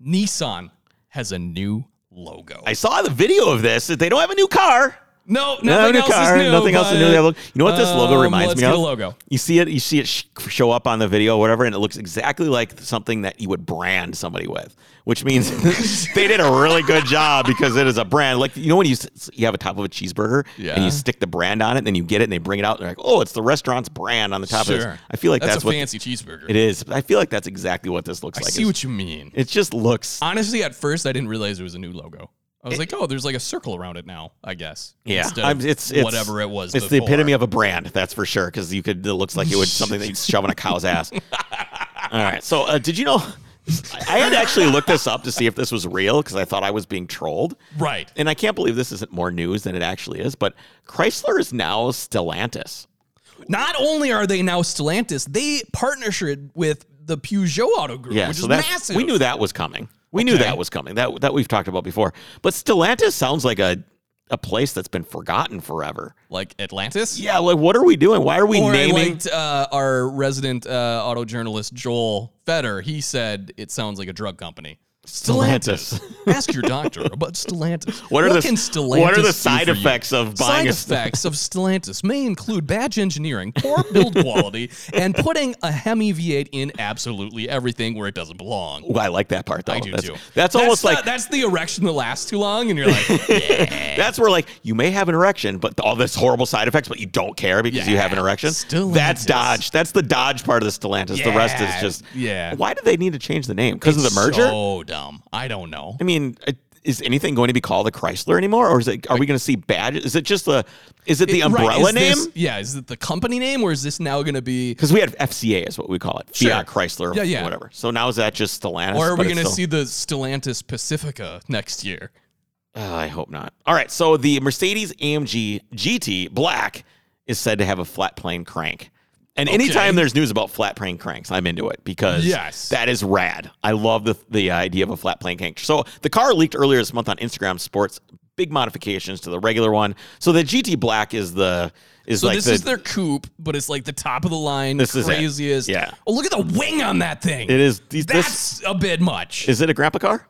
Nissan has a new logo. I saw the video of this. They don't have a new car. no, nothing No, new else car, is new. nothing else is new. but, They have a- You know what this logo um, reminds let's me get of? A logo. You see it, you see it sh- show up on the video, or whatever, and it looks exactly like something that you would brand somebody with, which means [laughs] they did a really good job because it is a brand. Like you know when you s- you have a top of a cheeseburger and Yeah. you stick the brand on it, and then you get it and they bring it out, and they're like, oh, it's the restaurant's brand on the top of this. Sure. I feel like That's, that's, a what fancy cheeseburger. it is. I feel like that's exactly what this looks I like. see It's- what you mean. it just looks. Honestly, at first, I didn't realize it was a new logo. I was like, oh, there's like a circle around it now, I guess. Yeah, Instead I'm- of it's, it's whatever it was. It's the epitome of a brand, that's for sure. Because you could, it looks like it would something that you [laughs] shove in a cow's ass. All right. So, uh, did you know? I- I had to actually looked this up to see if this was real because I thought I was being trolled. Right. And I can't believe this isn't more news than it actually is. But Chrysler is now Stellantis. Not only are they now Stellantis, they partnered with the Peugeot Auto Group, Yeah, which so is that massive. we knew that was coming. We knew Okay. that was coming. That that we've talked about before. But Stellantis sounds like a a place that's been forgotten forever. like Atlantis. Yeah, like what are we doing? Why are we Or I naming? liked uh, our resident uh, auto journalist Joel Feder. He said it sounds like a drug company. Stellantis. Ask your doctor about Stellantis. [laughs] What are the can Stellantis What are do the side for you? effects of Side buying a [laughs] effects of Stellantis may include badge engineering, poor build quality, and putting a Hemi V8 in absolutely everything where it doesn't belong. Ooh, I like that part though. I do that's, too. That's almost the- like that's the erection that lasts too long, and you're [laughs] like, yeah, that's where like you may have an erection, but all this horrible side effects, but you don't care because you Yeah, have an erection. Stellantis. That's Dodge. That's the Dodge part of the Stellantis. the rest is Yeah, just yeah. Why do they need to change the name? Because of the merger? So dumb. I don't know. I mean, it, is anything going to be called a Chrysler anymore, or is it? Are we going to see badges? Is it just the? Is it the It- right, umbrella is name? this- yeah, is it the company name or is this now going to be? Because we had FCA is what we call it, Sure. Fiat Chrysler, Yeah, yeah. whatever. So now is that just Stellantis? Or are but we it's going still- to see the Stellantis Pacifica next year? Uh, I hope not. All right, so the Mercedes AMG GT Black is said to have a flat plane crank. And anytime Okay. there's news about flat plane cranks, I'm into it because Yes. that is rad. I love the the idea of a flat plane crank. So the car leaked earlier this month on Instagram Sports. Big modifications to the regular one. So the GT Black is the is So like this the, is their coupe, but it's like the top of the line, This is it. craziest. Yeah. Oh, look at the wing on that thing. it is these- this That's a bit much. is it a grandpa car?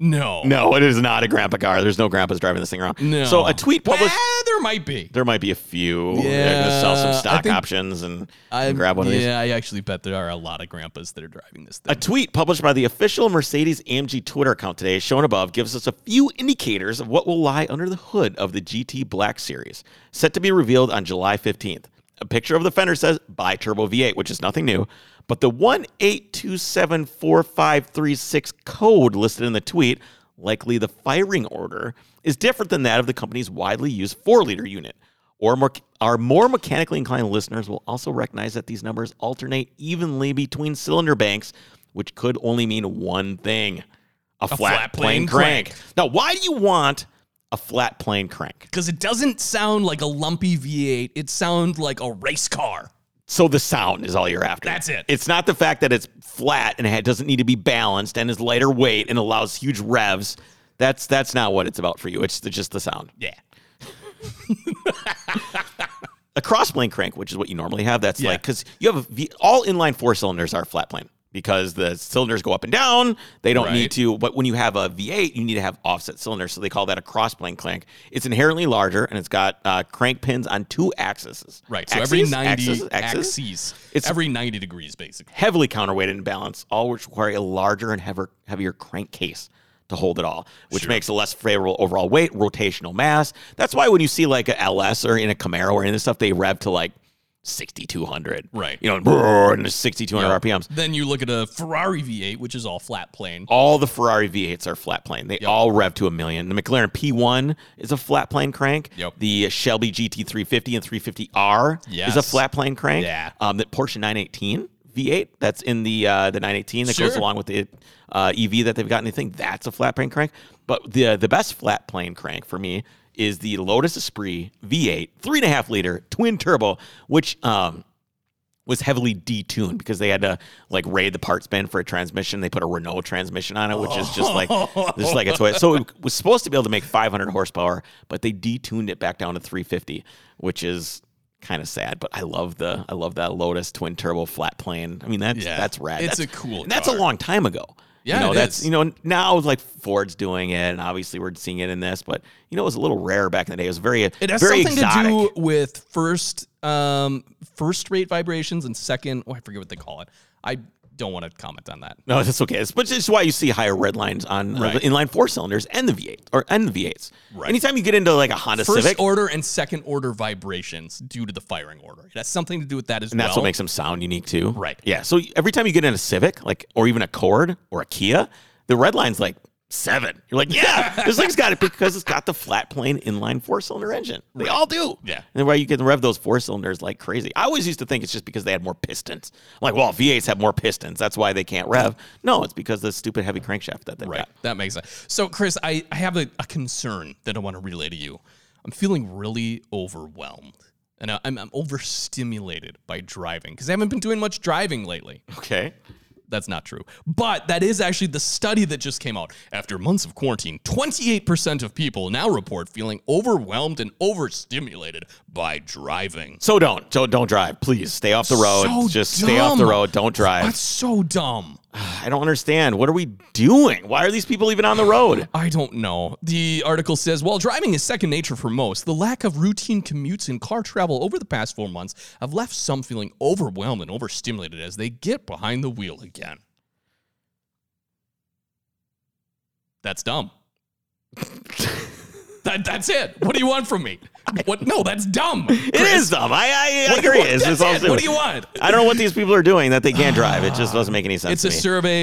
no. No, it is not a grandpa car. There's no grandpas driving this thing around. No. So a tweet Well, published. there might be. there might be a few. They're going to sell some Yeah, I stock think- options and, I and grab one of these. Yeah, I actually bet there are a lot of grandpas that are driving this A thing. tweet published by the official Mercedes AMG Twitter account today, shown above, gives us a few indicators of what will lie under the hood of the GT Black Series, set to be revealed on July 15th. A picture of the fender says "Buy Turbo V8," which is nothing new, but the 182745336 code listed in the tweet, likely the firing order, is different than that of the company's widely used four-liter unit. Or more, our more mechanically inclined listeners will also recognize that these numbers alternate evenly between cylinder banks, which could only mean one thing a, flat, flat plane, plane crank. crank. Now, why do you want a flat plane crank? Because it doesn't sound like a lumpy V8. It sounds like a race car. So the sound is all you're after. That's it. It's not the fact that it's flat and it doesn't need to be balanced and is lighter weight and allows huge revs. That's that's not what it's about for you. It's the, just the sound. Yeah. a cross plane crank, which is what you normally have. That's Yeah. like because you have a V all inline four cylinders are flat plane because the cylinders go up and down. They don't need Right. to. But when you have a V8, you need to have offset cylinders, so they call that a cross plane crank. It's inherently larger and it's got uh, crank pins on two axes. Right. So every Axes? 90 Axes? Axes? axes. It's- every 90 degrees, basically. heavily counterweighted and balanced, all which require a larger and heavier, heavier crankcase to hold it all, which makes a less favorable overall weight, rotational mass. That's why when you see like a LS or in a Camaro or any of this stuff, they rev to like 6,200. Right. You know, and brrr, and it's 6,200 RPMs. Then you look at a Ferrari V8, which is all flat plane. All the Ferrari V8s are flat plane. They all rev to a million. The McLaren P1 is a flat plane crank. Yep. The Shelby GT350 and 350R is a Yes. flat plane crank. Yeah. Um, that Porsche 918 V8 that's in the uh, the 918 that goes Sure. along with the uh, EV that they've got. Anything that's a flat plane crank. But the the best flat plane crank for me is the Lotus Esprit V8 three and a half liter twin turbo, which um, was heavily detuned because they had to like raid the parts bin for a transmission. They put a Renault transmission on it, which is just like just like a toy. So it was supposed to be able to make 500 horsepower, but they detuned it back down to 350, which is kind of sad. But I love the I love that Lotus twin turbo flat plane. I mean that's Yeah. that's rad. It's That's- a cool and That's a car. long time ago. Yeah, you know it that's is. you know now like Ford's doing it, and obviously we're seeing it in this. But you know it was a little rare back in the day. It was very It has very something exotic. to do with first um first rate vibrations and second oh I forget what they call it. I don't want to comment on that. No, that's okay. It's, but it's why you see higher red lines on uh, Right. the inline four cylinders and the V8 or and the V8s. Right. Anytime you get into like a Honda First Civic, order and second order vibrations due to the firing order. It has something to do with that as and that's well. what makes them sound unique too. Right. Yeah. So every time you get in a Civic, like or even a Cord or a Kia, the red line's like seven. You're like, [laughs] yeah, this thing's got it because it's got the flat plane inline four cylinder engine. They all do. Yeah. And then why you can rev those four cylinders like crazy. I always used to think it's just because they had more pistons. Like, well, V8s have more pistons. That's why they can't rev. No, it's because the stupid heavy crankshaft that they've right. got. That makes sense. So Chris, I, I have a, a concern that I want to relay to you. I'm feeling really overwhelmed. And I- I'm, I'm overstimulated by driving because I haven't been doing much driving lately. Okay. That's not true. But that is actually the study that just came out. After months of quarantine, 28% of people now report feeling overwhelmed and overstimulated by driving. So don't, don't, don't drive. Please stay off the road. So Just stay off the dumb. road. Don't drive. That's so dumb. I don't understand. What are we doing? Why are these people even on the road? I don't know. The article says while driving is second nature for most, the lack of routine commutes and car travel over the past four months have left some feeling overwhelmed and overstimulated as they get behind the wheel again. [laughs] That's dumb. That, that's it. What do you want from me? What? No, that's dumb. It is dumb. I, I, I What do you agree. want? It's just That's all it. stupid. What do you want? I don't know what these people are doing that they [sighs] can't drive. It just doesn't make any sense. It's to a me.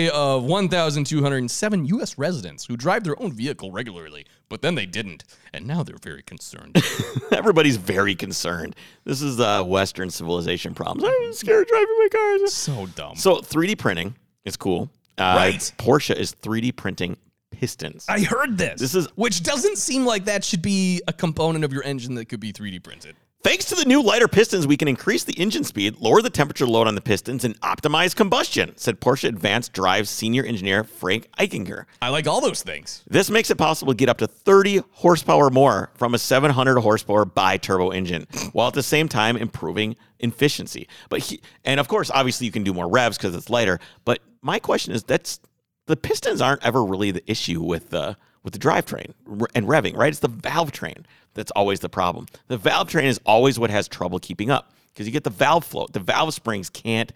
survey of 1,207 U.S. residents who drive their own vehicle regularly, but then they didn't, and now they're very [laughs] concerned. [laughs] Everybody's very concerned. This is the Western civilization problems. I'm scared of driving my cars. so dumb. So 3D printing is cool. Uh, Right. Porsche is 3D printing pistons. I heard this. This is- which doesn't seem like that should be a component of your engine that could be 3D printed. Thanks to the new lighter pistons, we can increase the engine speed, lower the temperature load on the pistons, and optimize combustion, said Porsche Advanced Drive senior engineer Frank Eichinger. I like all those things. This makes it possible to get up to 30 horsepower more from a 700 horsepower bi-turbo engine, while at the same time improving efficiency. But he, and of course, obviously, you can do more revs because it's lighter. But my question is, that's the pistons aren't ever really the issue with the with the drivetrain r- and revving, right? It's the valve train that's always the problem. The valve train is always what has trouble keeping up because you get the valve float. The valve springs can't.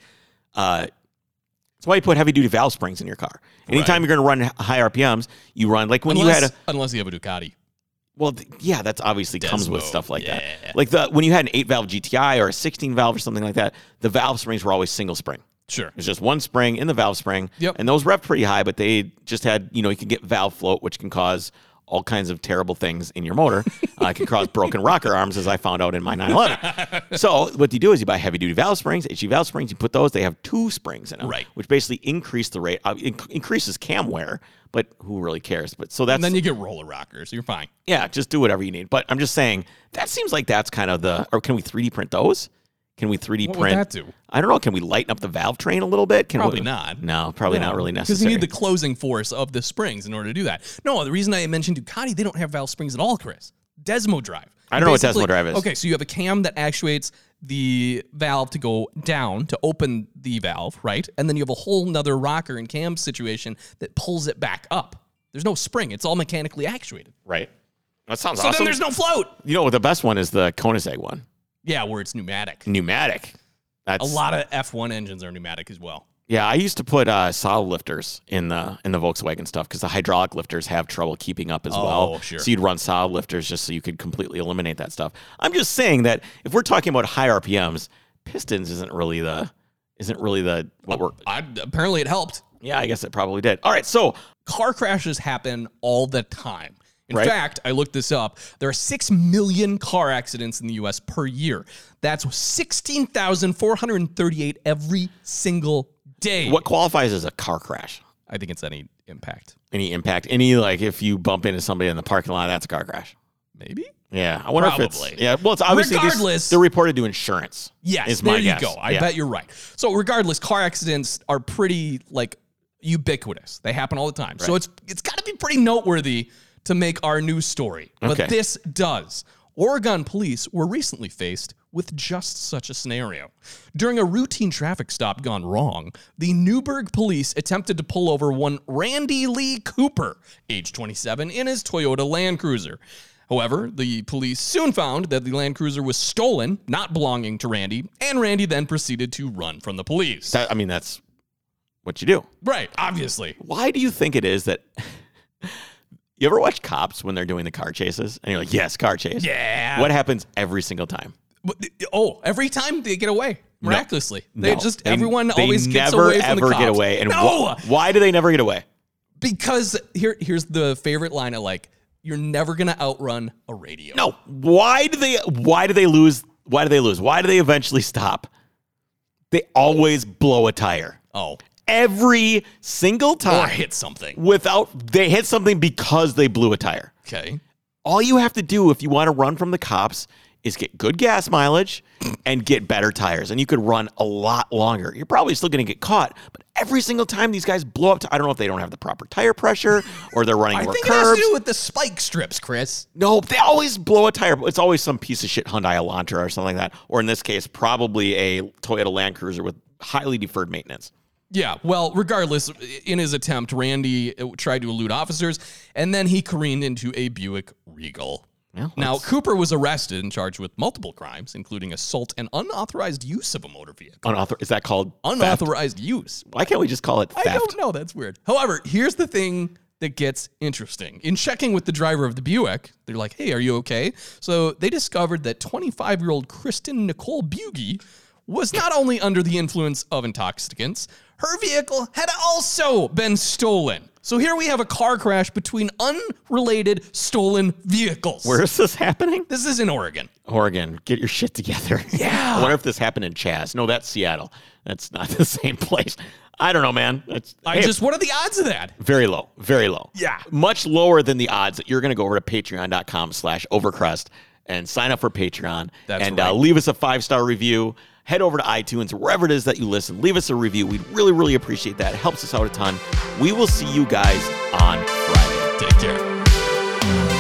Uh, that's why you put heavy duty valve springs in your car. Anytime you're going to run h- high RPMs, you run like when Unless you had you, a unless you have a Ducati. well, th- yeah, that's obviously comes with Desmo, stuff like yeah. that. Like the when you had an eight valve GTI or a sixteen valve or something like that, the valve springs were always single spring. Sure. It's just one spring in the valve spring, Yep. and those rev pretty high, but they just had you know you can get valve float, which can cause all kinds of terrible things in your motor. uh, it can cause [laughs] broken rocker arms, as I found out in my 911. so what you do is you buy heavy duty valve springs, HE valve springs. You put those; they have two springs in them, Right. Which basically increase the rate, uh, inc- increases cam wear, but who really cares? But so that's And then you get roller rockers. You're fine. yeah, just do whatever you need. But I'm just saying that seems like that's kind of the. Or can we 3D print those? Can we 3D What would print? that do? I don't know. Can we lighten up the valve train a little bit? Can Probably we, not. No, probably not really Because you necessary. need the closing force of the springs in order to do that. No, the reason I mentioned Ducati, they don't have valve springs at all, Chris. Desmo drive. I don't know what Desmo Basically- drive is. Okay, so you have a cam that actuates the valve to go down to open the valve, right? And then you have a whole nother rocker and cam situation that pulls it back up. There's no spring. It's all mechanically actuated. right. That sounds So awesome. then there's no float. you know, the best one is the Koenigsegg one, Yeah, where it's pneumatic. pneumatic. That's A lot of F1 engines are pneumatic as well. Yeah, I used to put uh, solid lifters in the in the Volkswagen stuff because the hydraulic lifters have trouble keeping up as well. Oh, sure. So you'd run solid lifters just so you could completely eliminate that stuff. I'm just saying that if we're talking about high RPMs, pistons isn't really the isn't really the what we're. I, apparently, it helped. Yeah, I guess it probably did. All right, so car crashes happen all the time. In Right. fact, I looked this up. There are 6 million car accidents in the US per year. That's 16,438 every single day. what qualifies as a car crash? I think it's any impact. Any impact? Any like if you bump into somebody in the parking lot, that's a car crash. Maybe? Yeah, I wonder if it's Probably. yeah. Well, it's obviously these- Regardless- they're reported to insurance. Yes, is there my you guess. go. I Yeah. bet you're right. So regardless, car accidents are pretty like ubiquitous. They happen all the time. So it's it's got to be pretty noteworthy to make our news story. But Okay. this does. Oregon police were recently faced with just such a scenario. During a routine traffic stop gone wrong, the Newburgh police attempted to pull over one Randy Lee Cooper, age 27, in his Toyota Land Cruiser. However, the police soon found that the Land Cruiser was stolen, not belonging to Randy, and Randy then proceeded to run from the police. That- I mean, that's what you do. right, obviously. why do you think it is that [laughs] you ever watch cops when they're doing the car chases and you're like yes car chase Yeah. what happens every single time But- Oh, every time they get away miraculously. They No. just They- everyone they always gets never away from ever the cops. get away and no, wh- why do they never get away because here here's the favorite line I like. You're never gonna outrun a radio. no why do they why do they lose why do they lose why do they eventually stop they always blow a tire Oh, every single or time hit something. without they hit something because they blew a tire Okay. all you have to do if you want to run from the cops is get good gas mileage and get better tires and you could run a lot longer you're probably still going to get caught but every single time these guys blow up I i don't know if they don't have the proper tire pressure or they're running I more think it has curves to do with the spike strips, Chris. no they always blow a tire it's always some piece of shit hyundai elantra or something like that or in this case probably a toyota land cruiser with highly deferred maintenance Yeah, well, regardless, in his attempt, Randy uh, tried to elude officers, and then he careened into a Buick Regal. Yeah, now, Cooper was arrested and charged with multiple crimes, including assault and unauthorized use of a motor vehicle. Unauthor- is that called theft? Unauthorized use. why can't we just call it I theft don't know. That's weird. However, here's the thing that gets interesting. In checking with the driver of the Buick, they're like, hey, are you okay? So they discovered that 25 year old Kristen Nicole Bugie was not only under the influence of intoxicants, her vehicle had also been stolen. So here we have a car crash between unrelated stolen vehicles. Where is this happening? This is in Oregon. Oregon, get your shit together. [laughs] Yeah. I wonder if this happened in Chas. No, that's Seattle. That's not [laughs] the same place. I don't know, man. That's I hey, just, what are the odds of that? very low. Very low. Yeah. Much lower than the odds that you're going to go over to patreon.com slash overcrest and sign up for Patreon That's and right. uh, leave us a five star review. Head over to iTunes, wherever it is that you listen. Leave us a review. We'd really, really appreciate that. It helps us out a ton. We will see you guys on Friday. Take care.